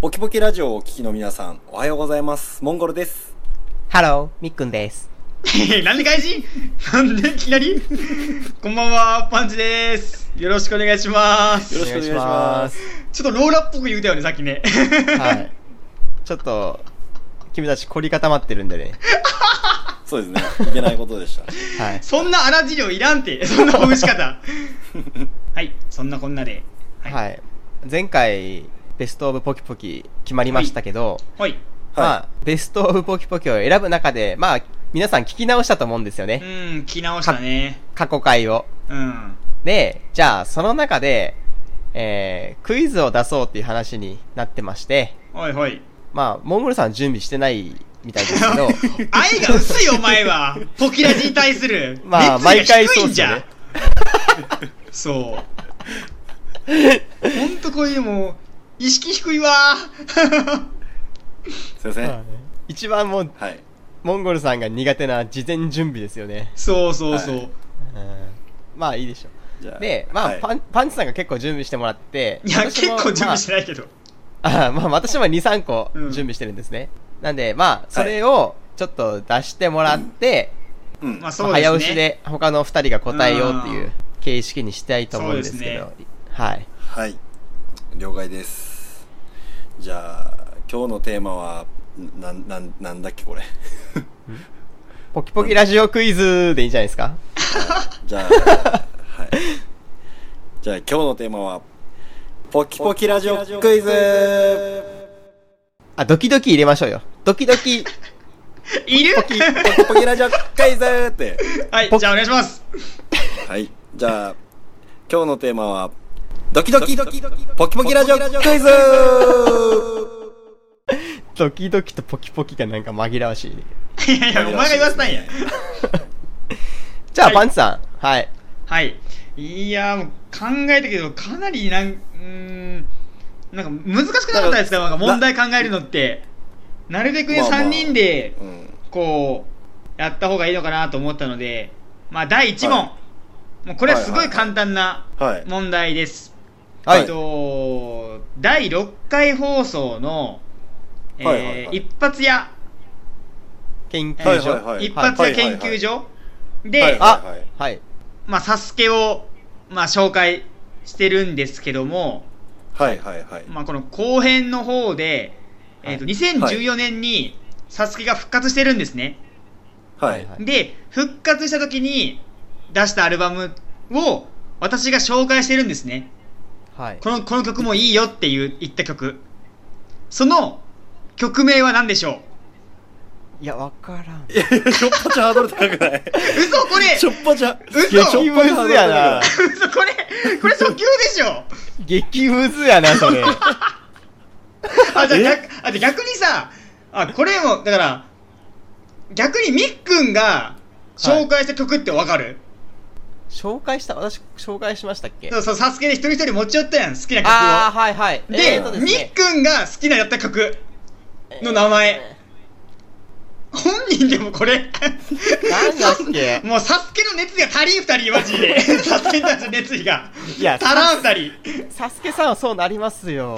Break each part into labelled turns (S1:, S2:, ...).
S1: ポキポキラジオをお聞きの皆さん、おはようございます。モンゴルです。
S2: ハロー、みっくんです。
S3: なんで返しなんでいきなりこんばんは、パンチです。よろしくお願いします。
S1: よろしくお願いします
S3: ちょっとローラっぽく言うたよね、さっきね。
S2: お願いします。はい。ちょっと、君たち凝り固まってるんでね。
S1: そうですね。いけないことで した。
S2: はい。
S3: そんな荒治療いらんて、そんなほぐし方。はい、そんなこんなで。はい。は。
S2: はいい。前回、ベストオブポキポキ決まりましたけど、まあ
S1: は、
S2: ベストオブポキポキを選ぶ中で、まあ、皆さん聞き直したと思うんですよ
S3: う
S2: ね。
S3: ん、聞き直したね。
S2: 過去回を。
S3: うん。
S2: で、じゃあ、その中で、えー、クイズを出そうっていう話になってまして、
S3: おいおい。
S2: まあ、モンゴルさん準備してないみたいですけど、
S3: 愛が薄いお前は、ポキラジに対する。
S2: まあ、毎
S3: 熱意が
S2: 回
S3: 低
S2: そ
S3: い
S2: っ
S3: うん
S2: す
S3: じ
S2: よ
S3: ゃ
S2: ね。
S3: そう。ほんとこういうもう、意識低いわ。
S1: い。すいません。は
S2: 一番もう、
S1: い。
S2: モンゴルさんが苦手な事前準備ですよね。
S3: そうそうそう。
S1: はい
S2: うんまあいいでしょ
S1: じゃ
S2: う。で、まあ、
S1: はい
S2: パンパンチさんが結構準備してもらって、
S3: いや、
S2: 私
S3: 結
S2: も
S3: 構準備してないけど。
S2: まあ、あまあ私も2、3個
S3: うん
S2: 準備してるんですね。なんで、まあ、それをちょっと出してもらって、
S1: うん。
S3: まあ、
S1: は
S3: そうですね。
S2: 早押しで他の2人が答えようっていう形式にしたいと思うんですけ
S3: そ
S2: ど、はい。
S1: い。了解です。じゃあ、今日のテーマは、な、なん、なんだっけこれ。
S2: ポキポキラジオクイズでいいんじゃないですか
S1: じゃあ、はい。じゃあ今日のテーマは、ポキポキラジオクイズ
S2: あ、ドキドキ入れましょうよ。ドキドキ、
S3: いる
S2: ポキ、
S1: ポキポキラジオクイズって。
S3: はい、じゃあお願いします。
S1: はい。じゃあ、今日のテーマは、ドキドキ、ポキポキラジオクイズ
S2: ドキドキとポキポキがなんか紛らわしい。
S3: いやいや、お前が言わせたんや。
S2: じゃあ、
S3: はい
S2: パンチさん、はい。
S3: はい。いや、もう考えたけど、かなりなん、うーん、なんか難しくなかったですか、なんか問題考えるのって。なるべくね、
S1: まあまあ
S3: 3人で、
S1: うん。
S3: こう、やった方がいいのかなと思ったので、まあ、第1問。
S1: は
S3: もうこれはすご
S1: はい
S3: い
S1: はい
S3: 簡単な
S1: はい。
S3: 問題です。
S2: は
S3: えっ
S2: い。
S3: と、第6回放送の、えー
S1: はいはいはい
S3: 一発屋、
S2: 研
S3: は
S2: 究
S3: い
S2: 所。
S1: はいはい
S3: 一発屋研究所で、
S1: はい
S2: あ
S1: はいはい、
S2: はい。
S3: まあ、サスケを、まあ、紹介してるんですけども、
S1: はいはいはい。
S3: まあ、この後編の方で、えっと2014年にサスケが復活してるんですね。
S1: はい。
S3: で、復活した時に出したアルバムを私が紹介してるんですね。
S2: はい。
S3: このこの曲もいいよっていう言った曲。その曲名は何でしょ
S2: いや、わからん。
S1: いやいやしょっぱちハードル高くない
S3: う嘘これ
S1: しょっぱちゃ、
S3: 嘘
S1: いやしょっぱちハードル高くない
S2: 激
S3: 嘘これこれ初級でしょ
S2: 激ムズやな、それ。
S3: あ、じゃあ
S1: え
S3: 逆、あ、じゃあ逆にさ、あ、これも、だから、逆にみっくんが紹介した曲ってわかる、
S2: 紹介した、私、紹介しましたっけ
S3: そうそう、サスケで一人一人持ち寄ったやん、好きな曲
S2: あー、
S3: を。
S2: はいはい。
S3: で、
S2: えーと
S3: みっ、くんが好きなやった曲、の名前。本人でも これ。
S2: 何だっけ
S3: もうサスケの熱意が足りん二人、マジで。サスケたちの熱意が。
S2: いや
S3: 足らん二人。
S2: サスケさんはそうなりますよ。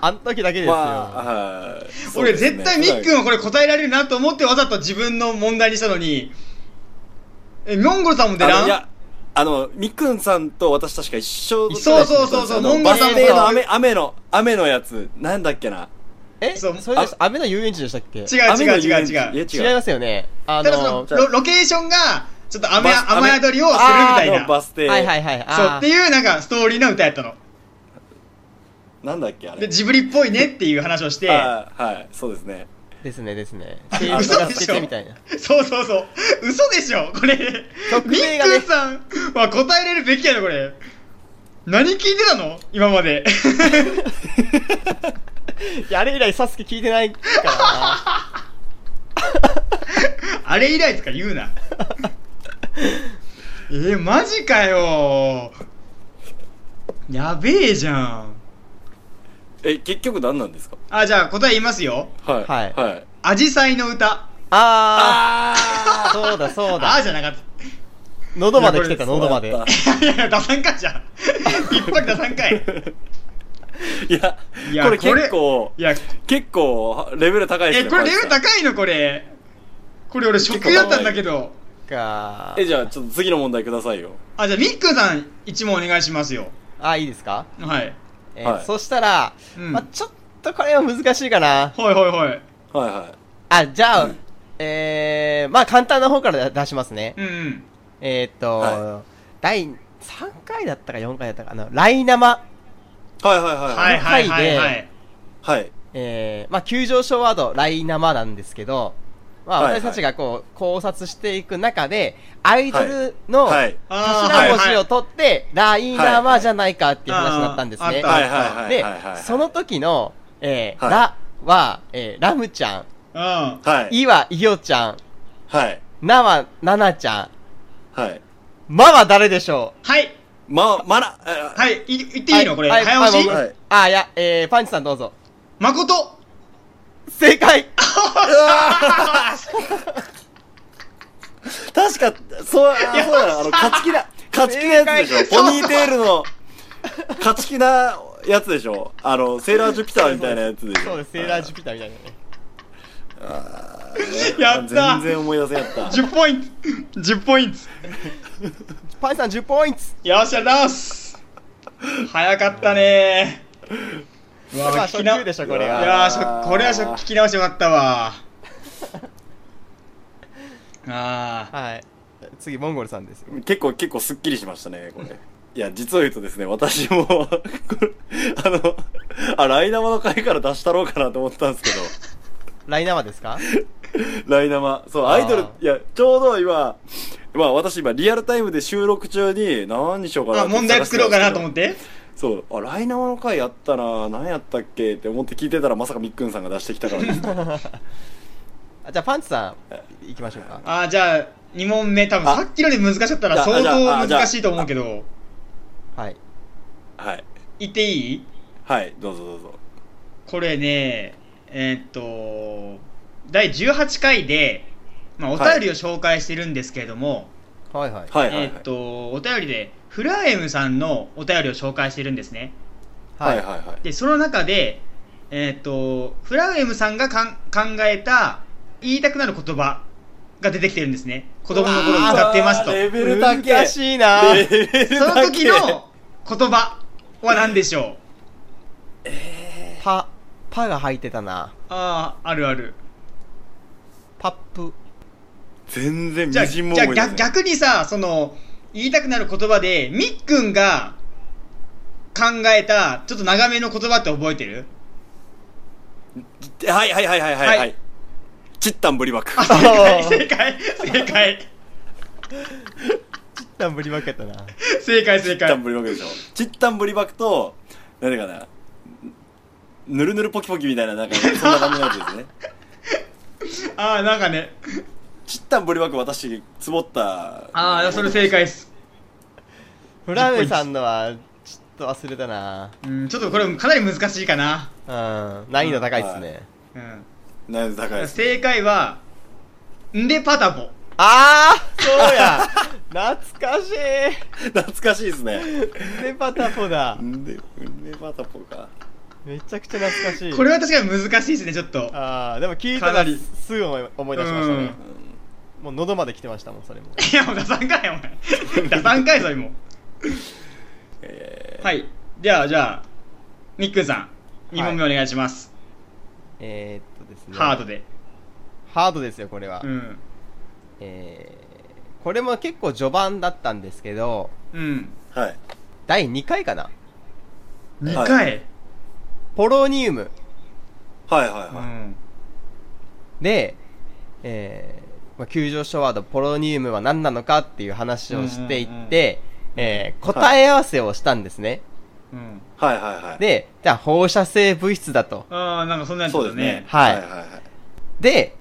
S2: あん時だけですよ。
S1: まあ、はいそう
S3: 俺
S1: ですね
S3: 絶対みっくんはこれ答えられるなと思ってわざと自分の問題にしたのに、え、モンゴルさんも出
S1: あ
S3: ら
S1: の
S3: ん
S1: いや、あの、みっくんさんと私確か一緒だった
S3: そうそうそうそう
S1: あの
S3: モンゴ
S1: バ
S3: ルさん
S1: ス
S3: も
S1: 停の雨、雨の、雨のやつ、なんだっけな。
S2: え
S3: そう
S2: それでし雨の遊園地でしたっけ
S3: 違う
S1: 雨の
S3: 違う違う
S1: 遊
S3: 違
S1: 園
S3: う
S1: 地。い
S2: 違
S1: や違。
S2: いうますよね。あ
S3: ただそ
S2: の、
S3: のロロケーションがちょっと雨
S1: バス
S3: 雨宿りをするみたい
S1: あ
S3: な
S1: のバス停。
S2: はいはいはい。あー
S3: そうっていうなんかストーリーの歌やったの
S1: なんだっけあれ。
S3: でジブリっぽいねっていう話をして
S1: あーはい、そうですね。
S2: ですねですね。
S3: あ嘘でしょ
S2: みたいな。
S3: そうそうそう嘘でしょこれ
S2: 曲
S3: みっ
S2: 名がね
S3: くんさんは答えれるべきやろこれ何聞いてたの今 まで
S2: いや、あれ以来サスケ聞いてないから
S3: あれ以来とか言 うなえー、マジかよやべえじゃん
S1: え、結局何なんですか
S3: あじゃあ答え言いますよ
S1: はい。
S2: はい
S1: はい。
S3: 「アジサイの歌
S2: な。あー、
S1: あ
S2: そうだ」そう
S3: あ
S2: だ
S3: ー。じゃなかった
S2: 喉まで来てた、
S3: いやこ
S2: 喉ま で。
S3: いやいや、出さんかじゃん。引っ張り出さんかい。
S1: いや
S3: いや
S1: これ結構
S3: いや、
S1: 結構レベル高いです
S3: え、
S1: ね
S3: これレベル
S1: パンチ
S3: 高いのこれ。これ俺初級だったんだけど。
S2: か
S1: さんえじゃあちょっと次の問題くださいよ
S3: あ、じゃあ、みっくんさん、一問お願いしますよ。
S2: あ、いいですか
S3: はい。
S2: えー
S1: はい
S2: そしたら、
S3: うん
S2: まあちょっとこれは難しいかな。
S3: はいはいはい。
S1: はいは
S2: あ、じゃあ、
S1: うん
S2: えー、まあ簡単な方から出しますね。
S3: うんうん。
S2: えー、っと、
S1: は
S2: 第3回だったか4回だったか、あの、ライナマ、
S1: いはいはいはい
S3: はいはいはいはい。
S1: はい
S2: えー、まあ急上昇ワード、ライナマなんですけど、まあ
S1: はいはい
S2: 私たちがこう考察していく中で、アイドルの
S1: はいはい
S3: あー
S2: 頭文字を
S3: はい
S2: 取って、ライナマじゃないかっていう話になったんですね。
S3: あーあった
S1: はいはいはい
S2: で
S1: はいはい、
S2: その時の、えー
S1: はい
S2: ラは、えーラムちゃん、
S3: はい
S1: はい
S2: イはイヨちゃん、
S1: はい
S2: ナはナナちゃ
S1: はい
S2: ん、マは誰でしょ
S3: うん。はい。
S1: ままだは
S3: はい。い言っ
S2: う
S3: ていいのこれ。早押し
S2: 僕
S1: はい
S2: あ、いや、えー、パンチさんどうぞ。
S3: 誠
S2: 正解
S1: 確か、そう、あそうだな、あの、勝ち気な、勝ち気なやつでしょ。ポニーテールの、勝ち気なやつでしょ。あの、セーラージュピターみたいなやつでしょ。
S2: そうです、セーラージュピターみたいなね。
S1: ュ
S3: やった
S1: 全然思い出せんやった。
S3: !10 ポイント !10 ポイント
S2: パンチさん10ポイント
S3: よっしゃ、ダース早かったねー。う
S2: まあ
S3: 聞きな
S2: 初級でしょこれ
S1: はい
S2: が
S3: いやーしょこれはしょ聞き直してよかったわ。 あー。
S2: はい。次、モンゴルさんです。
S1: 結構、結構すっきりしましたね、これ。いや、実を言うとですね、私も、 これ、あの、あ、ライナマの回から出したろうかなと思ったんですけど、
S2: ライナマですか
S1: ライナマ。そう、アイドル
S2: あ、
S1: いや、ちょうど今、まあ私今リアルタイムで収録中に何にしようかな
S3: あ、問題作ろうかなと思
S1: て
S3: って。
S1: そう、あ、ライナマの回やったな、何やったっけって思って聞いてたら、まさかみっくんさんが出してきたから ですね。
S2: あじゃあ、パンチさん、行きましょうか。
S3: あー、じゃあ、2問目、多分
S1: あ
S3: さっきので難しかった
S1: じゃ
S3: ら
S1: あ
S3: 相
S1: じゃあ
S3: 当
S1: あじゃあ
S3: 難しいと思うけど、
S2: はい。
S1: はい。
S3: 言っていい
S1: はい、どうぞどうぞ。
S3: これね、えーっと、第18回で、まあ、お便りを紹介してるんですけれども、
S2: はいはい。
S1: はいはい、はい。
S3: えーっと、お便りで、フラエムさんのお便りを紹介してるんですね。
S1: はいはいはい。
S3: で、その中で、えーっと、フラエムさんがかん考えた、言いたくなる言葉が出てきてるんですね。子供の頃に使っていますと。
S1: レベル高
S2: 難
S1: い。
S2: しいな
S1: レベル
S3: その
S1: 高い
S3: 時の言葉は何でしょう
S2: パ、パが入ってたな。
S3: ああ、あるある。
S2: パッ プ。
S1: 全然
S3: じゃあ、
S1: 微
S3: じ
S1: 塵
S3: ゃ
S1: も
S3: あ
S1: 思い出せ
S3: 逆
S1: ない。
S3: 逆にさ、その、言いたくなる言葉で、みっくんが考えた、ちょっと長めの言葉って覚えてる
S1: はいはいはいはいはい。
S3: は
S1: はいい、チッタンブリバック。
S2: あー
S3: 正解、正解、
S2: 一旦ぶりまけたな。
S3: 正解、
S1: チ
S3: 正
S1: ッタン
S3: 解。
S1: ブリバックでしょ。チッタンブリバックと、何かな。ぬるぬるポキポキみたいな、なん か、そんな感じのやつですね。
S3: ああ、なんかね、
S1: チッタンブリバック私、つぼった。
S3: ああ、それ正解っす。
S2: フラウェさんのは、ちょっと忘れたな
S3: うん、ちょっとこれかなり難しいかな。
S2: うん。難易度高いっすね。
S3: うん。
S1: 難易度高いです。
S3: 正解は、んでパタボ。
S2: あーそうや懐かしい
S1: 懐かしいですね。
S2: でパタポだ
S1: んで、うんでバタポか。
S2: めちゃくちゃ懐かしい
S3: これは確かに難しいですね、ちょっと。
S2: あーでも聞いた
S3: からなり
S2: すぐ思い思い出しましたね
S3: う
S2: もう喉まで来てましたもんそれも
S3: いや、もう出さんかい、お 前。出さんかい、それもう。
S1: え
S3: はい。じゃあ、じゃあ、みっくんさん、2問目お願いします。
S2: えー、っとですね
S3: ハードで。
S2: ハードですよこれは、
S3: うん。
S2: えー、これも結構序盤だったんですけど
S3: うん。
S1: ー、はい。
S2: 第2回かな
S3: 2
S1: はい
S3: 回、
S2: ポロニウム
S1: はいはいうはい。
S3: ん。
S2: で、えーまあ、急上昇ワードポロニウムは何なのかっていう話をしていって、えー答え合わせをしたんですね、
S3: うん。
S1: はいはいはい。
S2: で、じゃあ放射性物質だと。
S3: ああ、なんかそんなやつだ
S1: そ
S3: ね。
S1: うですね。
S2: はい
S1: はいは
S2: で、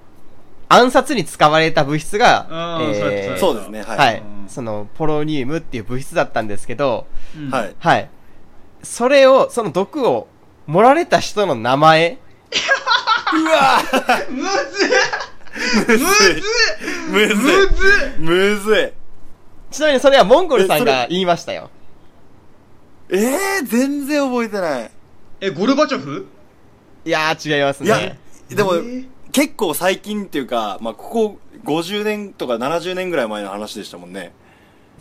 S2: 暗殺に使われた物質が、
S3: うんそうや
S1: い。
S3: つ
S1: そうですね。
S2: はい、
S1: はい。
S3: うん
S2: そのポロニウムっていう物質だったんですけど、
S3: うん
S1: は。い。
S2: はい。それを、その毒を盛られた人の名前、
S1: うわ
S3: むずっむずっ
S1: むずい
S3: むずっ
S1: むずい
S2: ちなみにそれはモンゴルさん
S1: えそ
S2: が
S1: れ
S2: 言いましたよ。
S1: えー、全然覚えてない。
S3: え、ゴルバチョフ
S2: いやー違います
S1: いや
S2: ね。、
S1: でも
S3: えー、
S1: 結構最近っていうか、まあ、ここ50年とか70年ぐらい前の話でしたもんね。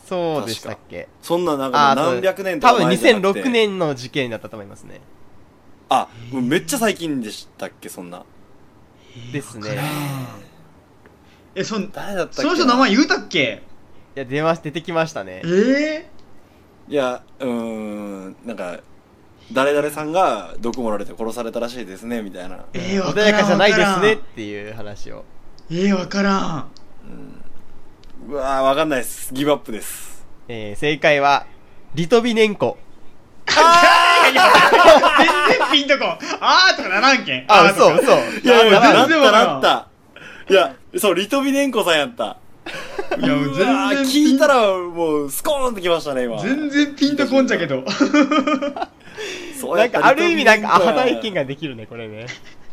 S2: そうでしたっけ
S1: そんな、なん
S2: あ
S1: か
S2: ーそう
S1: 何百年と
S2: 多
S1: か
S2: 分
S1: 前じゃなくて
S2: 2006。年の事件だったと思いますね。
S1: あ、もうめっちゃ最近でしたっけ、そんな。
S2: ですね。
S3: え、そん、
S1: 誰だったっけ
S3: その人の名前言うたっけ
S2: いや、出まし、出てきましたね
S3: え。え
S1: いや、うーん、なんか、誰々さんが毒盛られて殺されたらしいですね、みたいな。
S3: えーわ
S2: 穏
S3: からん
S2: やかじゃないで
S3: わ
S2: す
S3: から
S2: ね
S3: ん
S2: っていう話を。
S3: ええわからん。
S1: うわー、わかんないです。ギブアップです。
S2: えー、正解は、リトビネンコ。
S3: 全然ピンとこん。あーとかならんけん。
S2: あ、
S3: ーと
S2: 嘘、
S3: か
S2: 嘘。
S1: いや、
S3: い
S1: な
S3: や全
S1: っ
S3: 然
S1: た
S3: わからん
S1: なった。いや、そう、リトビネンコさんやった。
S3: いや、もう
S1: うわー
S3: 全然ピン。
S1: 聞いたら、もう、スコーンってきましたね、今。
S3: 全然ピンとこんじゃ けど。
S1: そう
S2: な
S1: や
S2: ん
S1: っぱ
S2: か、ある意味なんか、ア
S1: リト
S2: ハ
S1: ビネンコや
S2: 体験ができるね、これね。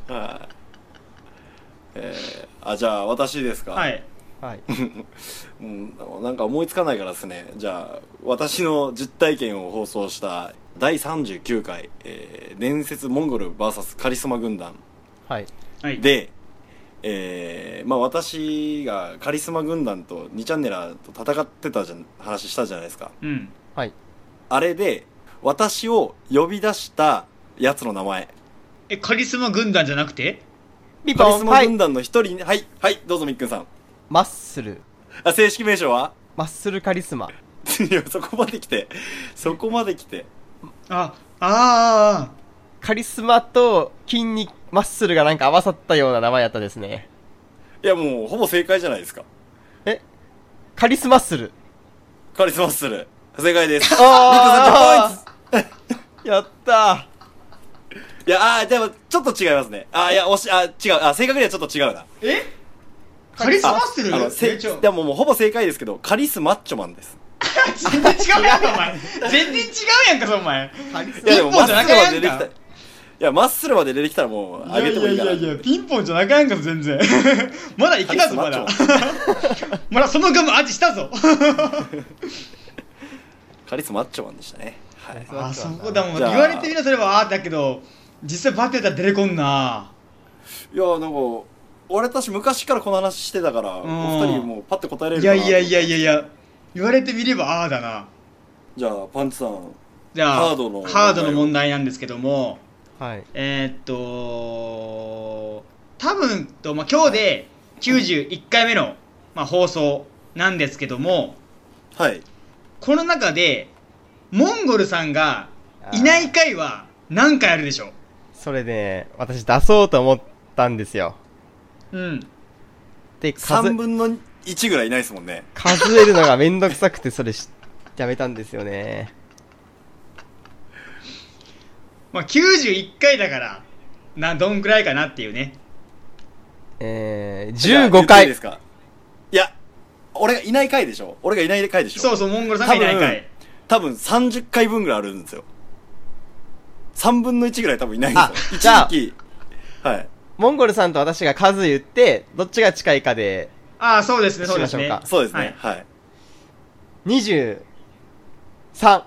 S1: はい。 えー、あ、じゃあ、私ですか。
S3: は。い。
S2: はい。
S1: うん、なんか思いつかないからですね。じゃあ、私の実体験を放送した第39回、えー、伝説モンゴル VS カリスマ軍団
S2: はい。
S3: はい。、
S1: で、えー、まあ私がカリスマ軍団と2チャンネラーと戦ってたじゃん、話したじゃないですか。
S3: うん。
S2: はい。
S1: あれで、私を呼び出した奴の名前。
S3: え、カリスマ軍団じゃなくて
S2: ピ
S1: カリ
S2: ポ
S1: ス
S2: ン、
S1: マ
S2: はい
S1: 軍。団の一人に、はい、はい、どうぞみっくんさん。
S2: マッスル。
S1: あ、正式名称は
S2: マッスルカリス マ。
S1: いや、そこまで来て、そこまで来て。
S3: あ、あー
S2: カリスマと筋肉、マッスルがなんか合わさったような名前やったですね。
S1: いや、もう、ほぼ正解じゃないですか。
S2: えカリスマッスル。
S1: カリスマッスル。正解です。
S2: あ
S1: ミックさん10ポイン
S2: ーやった
S1: トいや、あーでも、ちょっと違いますね。あーいや、惜しい、あー違う。あ、正確にはちょっと違うな。
S3: ー。えカリスマッスル
S1: あの、せ、
S3: えちょ
S1: でももうほぼ正解ですけど、カリスマッチョマンです。
S3: 全然違うやんか、お前。全然違うやんか、そお前。
S2: カリス
S1: いや、でも、
S3: 一
S1: マ
S3: 本
S1: ッ
S3: じ
S1: ス
S3: ゃ
S1: ルま
S3: なかやんか
S1: で出てきた。いや、マッスルまで出てきたらもう、上げてもいいから。
S3: やいやいや、ピンポンじゃなかやんか、全然。 まだいけたぞ、まだ
S1: カリス。
S3: まだ そのガム味したぞ。
S1: カリスマッチョマンでしたね。はい。
S3: あ、そこだもん。
S1: じゃあ
S3: 言われてみればそれはあーだけど、実際バッてたら出れこんな。
S1: いや、なんか、俺たち昔からこの話してたから、お
S3: ん
S1: 二人もうパッと答えれる
S3: い
S1: かな
S3: やいやいやいやいや、言われてみればああだな。
S1: じゃあ、パンチさん。
S3: じゃあ、
S1: ハードの
S3: ハードの問題なんですけども、
S2: はい。
S3: えー、っと、多分と、まあ、今日で91回目の、まあ、放送なんですけども、
S1: はい。
S3: この中で、モンゴルさんがいない回は何回あるでしょ
S2: それで、私出そうと思ったんですよ。
S3: う。うん。
S2: で、数
S1: 3、分の1ぐらいいないですもんね。
S2: 数えるのがめんどくさくて、それし、やめたんですよね。
S3: まあ、91回だから、な、どんくらいかなっていうね。
S2: え
S1: じゃあ
S2: ー、15
S1: 言っていいで
S2: 回
S1: す。かいや、俺がいない回でしょ俺がいない回でしょ
S3: そう
S1: う。
S3: そう、モンゴルさんがいない回。
S1: 多分30回分ぐらいあるんですよ。3分の1ぐらい多分いないん
S2: あ
S1: ですよ。
S2: じゃあ
S1: 一時期。はい。
S2: モンゴルさんと私が数言って、どっちが近いかで、
S3: ああ、そうですね、そうですね。
S2: しましょうか
S1: そうですね。はい。
S2: 23。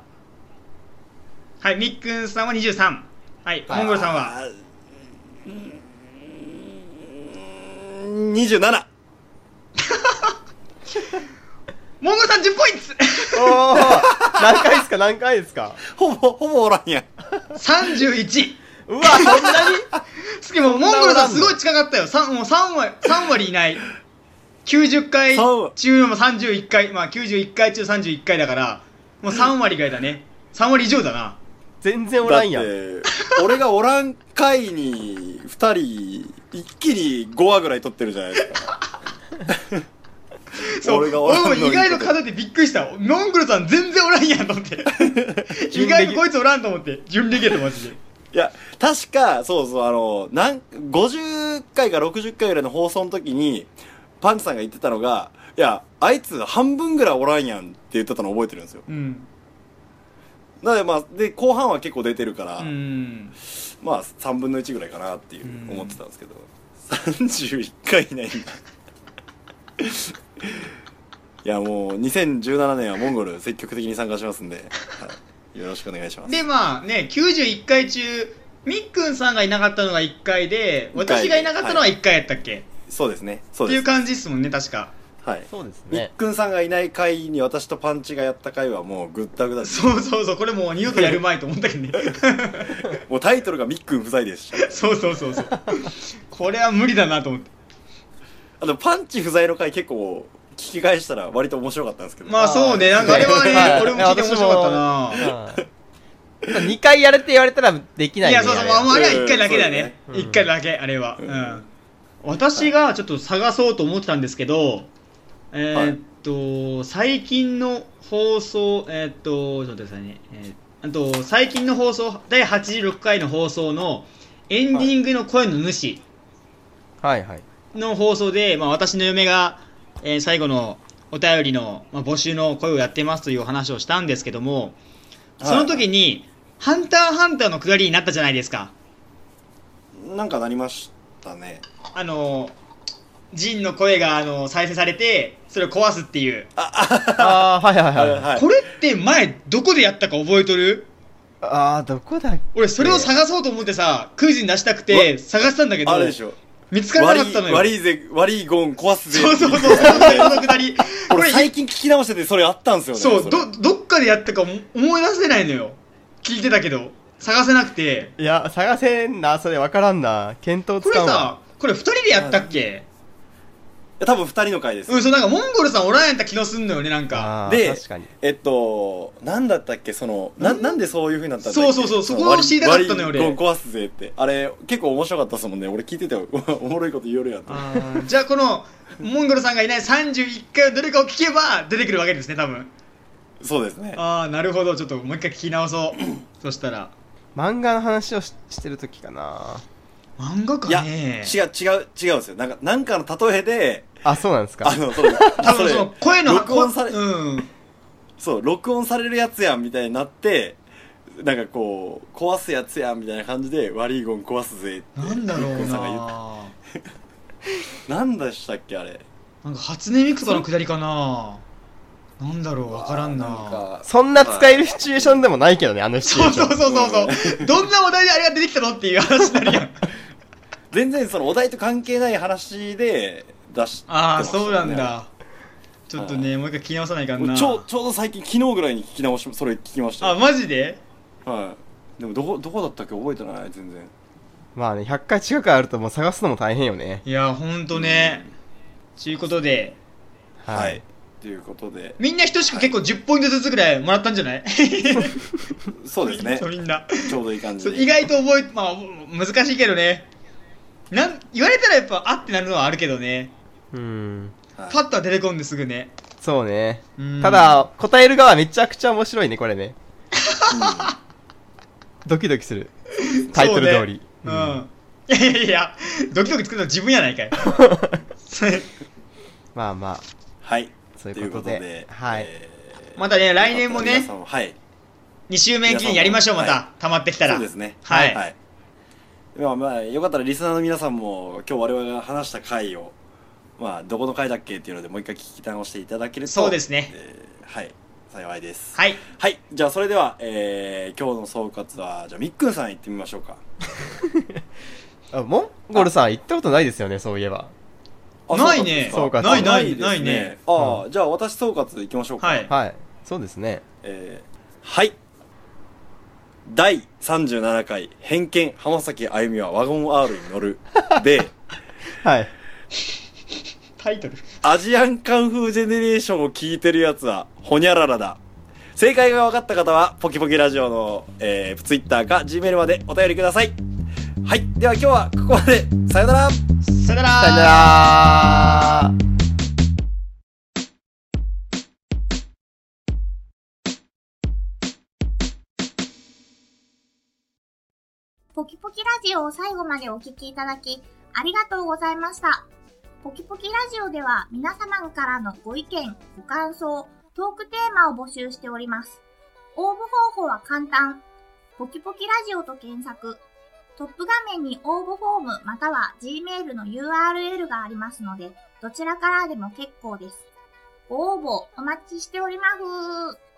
S3: はい、みっくんさんは23。はい、
S2: はい
S3: モンゴルさんは。
S1: あーうーん27。
S3: モンゴルさん10ポイン
S2: おー何回ですか何回ですか
S1: ほぼ、ほぼおらんやん。
S3: ト !31!
S2: うわ、そんなに
S3: しかも、モンゴルさん
S2: そ
S3: す
S2: んな
S3: ごい近かったよ。さんもう3割、三割いない。90回
S1: 三割
S3: 中のも31回、まあ91回中31回だから、もう3割以外だね。3割以上だな。
S2: 全然お
S1: だっ
S2: らんやん。
S1: て、俺がおらん回に2人、一気に5話ぐらい取ってるじゃないですか。
S3: そう、
S1: 俺
S3: 俺
S1: がおらんの
S3: も
S1: に
S3: 意外と数えてびっくりした。モンゴルさん全然おらんやんと 思って。意外とこいつおらんと思って。準レギュラーマジで。
S1: いや、確か、そうそう、あの、なん、50回か60回ぐらいの放送の時に、パンチさんが言ってたのが、いや、あいつ半分ぐらいおらんやんって言ってたの覚えてるんですよ。
S3: うん。
S1: なのでまあ、で、後半は結構出てるから、
S3: うん。
S1: まあ、3分の1ぐらいかなっていう
S3: うん、
S1: 思ってたんですけど、31回以内に。いや、もう、2017年はモンゴル積極的に参加しますんで、はいよろしくお願いします。
S3: でまあね91回中みっくんさんがいなかったのが1回で、
S1: 一回
S3: 私がいなかったのは1回やったっけ、
S1: そうですね。そう
S3: ってい
S1: で
S3: う
S1: す。
S3: 感じですもんね、確か。
S1: はい。
S2: そうです
S1: みっ
S2: ね。
S1: くんさんがいない回に私とパンチがやった回はもうぐったぐだです。
S3: そうそうそう、これもう二度とやるまいと思ったけどね。
S1: もうタイトルがみっくん不在でした。
S3: そうそうそうそう。これは無理だなと思って。
S1: あの、パンチ不在の回結構聞き返したら割と面白かったんですけど。
S3: まあそうね、なんかあれはね、俺も聞いて面白かったな。
S2: な。2回やれって言われたらできない
S3: い
S2: よ
S3: や、
S2: ね
S3: そうそう、
S2: あれは
S3: まあ、もうあれは1回だけだね。
S2: うん
S3: 1回だけ、あれは。う
S1: うん
S3: ん。私がちょっと探そうと思ってたんですけど、えーっと、最近の放送、えーっと、ちょっと待ってくださいね。えーっと、最近の放送、第86回の放送のエンディングの声の主。
S2: はいはい。
S3: の放送で、まあ、私の嫁が、えー最後のお便りの、まあ、募集の声をやってますというお話をしたんですけども、
S1: はい
S3: その時に、ハンターハンターのくだりになったじゃないですか。
S1: なんかなりましたね。
S3: あの、ジンの声が、あの、再生されて、それを壊すっていう。
S2: ああ、はいはいはい。
S1: はい
S3: こ。れって前、どこでやったか覚えとる
S2: ああ、どこだっけ
S3: 俺、それを探そうと思ってさ、クイズに出したくて、探したんだけど
S1: あ、れでしょ。
S3: 見つから
S1: 悪
S3: なかったの
S1: い、
S3: よ。
S1: 悪いぜ、悪いゴン壊すぜ。
S3: そうそうそう、そのくだり。こ
S1: 俺
S3: れ、
S1: 最近聞き直しててそれあったんですよね。
S3: そう、
S1: れ
S3: ど、どっかでやったか思思い出せないのよ。聞いてたけど、探せなくて。
S2: いや、探せんな、それ分からんな。見当
S3: こ
S2: つ
S3: れ
S2: かんわ。
S3: さ、これ二人でやったっけ
S1: 多分二人の回です
S3: う。ん、そう、なんかモンゴルさんおらんやった気がすんのよね、なんか。
S2: あー
S1: で
S2: 確かに。
S1: えっと、なんだったっけその、な、なんでそういう風になったんだっけ
S3: そうそうそうそこを知りたかったのよ俺
S1: 悪いゴン壊すぜって。あれ、結構面白かったですもんね。俺聞いてて、 おもろいこと言うよるやんと。
S3: あーじゃあこの、モンゴルさんがいない31回のどれかを聞けば出てくるわけですね、多分。
S1: そうですね。
S3: ああ、なるほど。ちょっともう一回聞き直そう。 そしたら。
S2: 漫画の話をししてる時かな。
S3: 漫画
S1: いや、
S3: かね
S1: 違う、違う、違うんですよ。なんか、なんかの例えで、
S2: あ、そうなんですか
S1: あ。の、それ、
S3: 多
S1: そ
S3: 分
S1: れ
S3: その声の
S1: 録音され、
S3: うん。
S1: そう、録音されるやつやんみたいになって、なんかこう、壊すやつやんみたいな感じで、悪いゴン壊すぜって。
S3: なんだろ
S1: ミッ
S3: う
S1: クさんが言った
S3: な
S1: なんでしたっけ、あれ。
S3: なんか初音ミクとかのくだりかななんだろう、わからんな
S1: なんか
S2: そんな使えるシチュエーションでもないけどね、あのシチュエ
S3: そ
S2: ーシ
S3: う
S2: ョ
S3: そ
S2: ン。
S3: うそうそう。うどんなお題であれが出てきたのっていう話になるやん。
S1: 全然そのお題と関係ない話で出して
S3: ああ、
S1: ましたね
S3: そうなんだ。ちょっとね、もう一回聞き直さないかん
S1: も
S3: な。
S1: うちょちょうど最近昨日ぐらいに聞き直しそれ聞きました
S3: あ、
S1: よ
S3: マジで
S1: はいでもどこどこだったっけ覚えてない全然
S2: まあね、100回近くあるともう探すのも大変よね。
S3: いや、ほんとね。ちゅうことで、
S2: はい。
S1: ということで
S3: みんな等しく結構10ポイントずつぐらいもらったんじゃない
S1: そうです ね
S3: みんな。
S1: ちょうどいい感
S3: そ
S1: じ
S3: う
S1: で
S3: 意外と覚え、まあ、難しいけどね。なん、言われたらやっぱ、あってなるのはあるけどね。
S2: うん。
S1: はい
S3: パッとは出てこんですぐね。
S2: そうね。
S3: うん
S2: ただ、答える側めちゃくちゃ面白いね、これ ね。
S1: う
S2: ドキドキする。タイトル通り。
S3: そうねうん。いやいやいや、ドキドキ作るの自分やないかい。 それ
S2: まあまあ。
S1: んはい
S2: そ
S1: と
S2: うい
S1: いうう
S2: こ
S1: ことと
S2: で
S1: で
S2: はい
S1: えー
S3: またね、来年も
S1: よか
S3: ね
S1: ったら皆さ、んもはい
S3: 2周年記念やりましょう、ま
S1: 皆さん
S3: た。溜まってきたら。
S1: そうですね
S3: はい。
S1: はいまあまあよかったらリスナーの皆さんも今日我々が話した回をまあどこの回だっけっていうのでもう一回聞き直していただけると
S3: そうですね。
S1: えーはい幸いです
S3: はい。
S1: はい。じゃあ、それでは、えー、今日の総括は、じゃあ、みっくんさん行ってみましょうか。
S2: あモンゴルさん行ったことないですよね、そういえば。
S1: あ
S3: ないね
S1: 総括ですか
S2: ない
S3: ない
S1: です
S3: ないね。
S1: ああ、
S2: う
S1: じゃあ、私総括行きましょうか。
S3: はい
S2: はい。そうですね。
S1: えーはい。第37回、偏見、浜崎あゆみはワゴン R に乗る。で、
S2: はい。
S3: タイトル。
S1: アジアンカンフージェネレーションを聞いてるやつは、ほにゃららだ。正解が分かった方は、ポキポキラジオの、えー、ツイッターか Gmail までお便りください。はい。では今日はここまで。さよなら
S3: さよなら
S2: さよなら
S4: ポキポキラジオを最後までお聞きいただき、ありがとうございました。ポキポキラジオでは皆様からのご意見、ご感想、トークテーマを募集しております。応募方法は簡単。ポキポキラジオと検索。トップ画面に応募フォームまたは Gmail の URL がありますので、どちらからでも結構です。ご応募お待ちしております。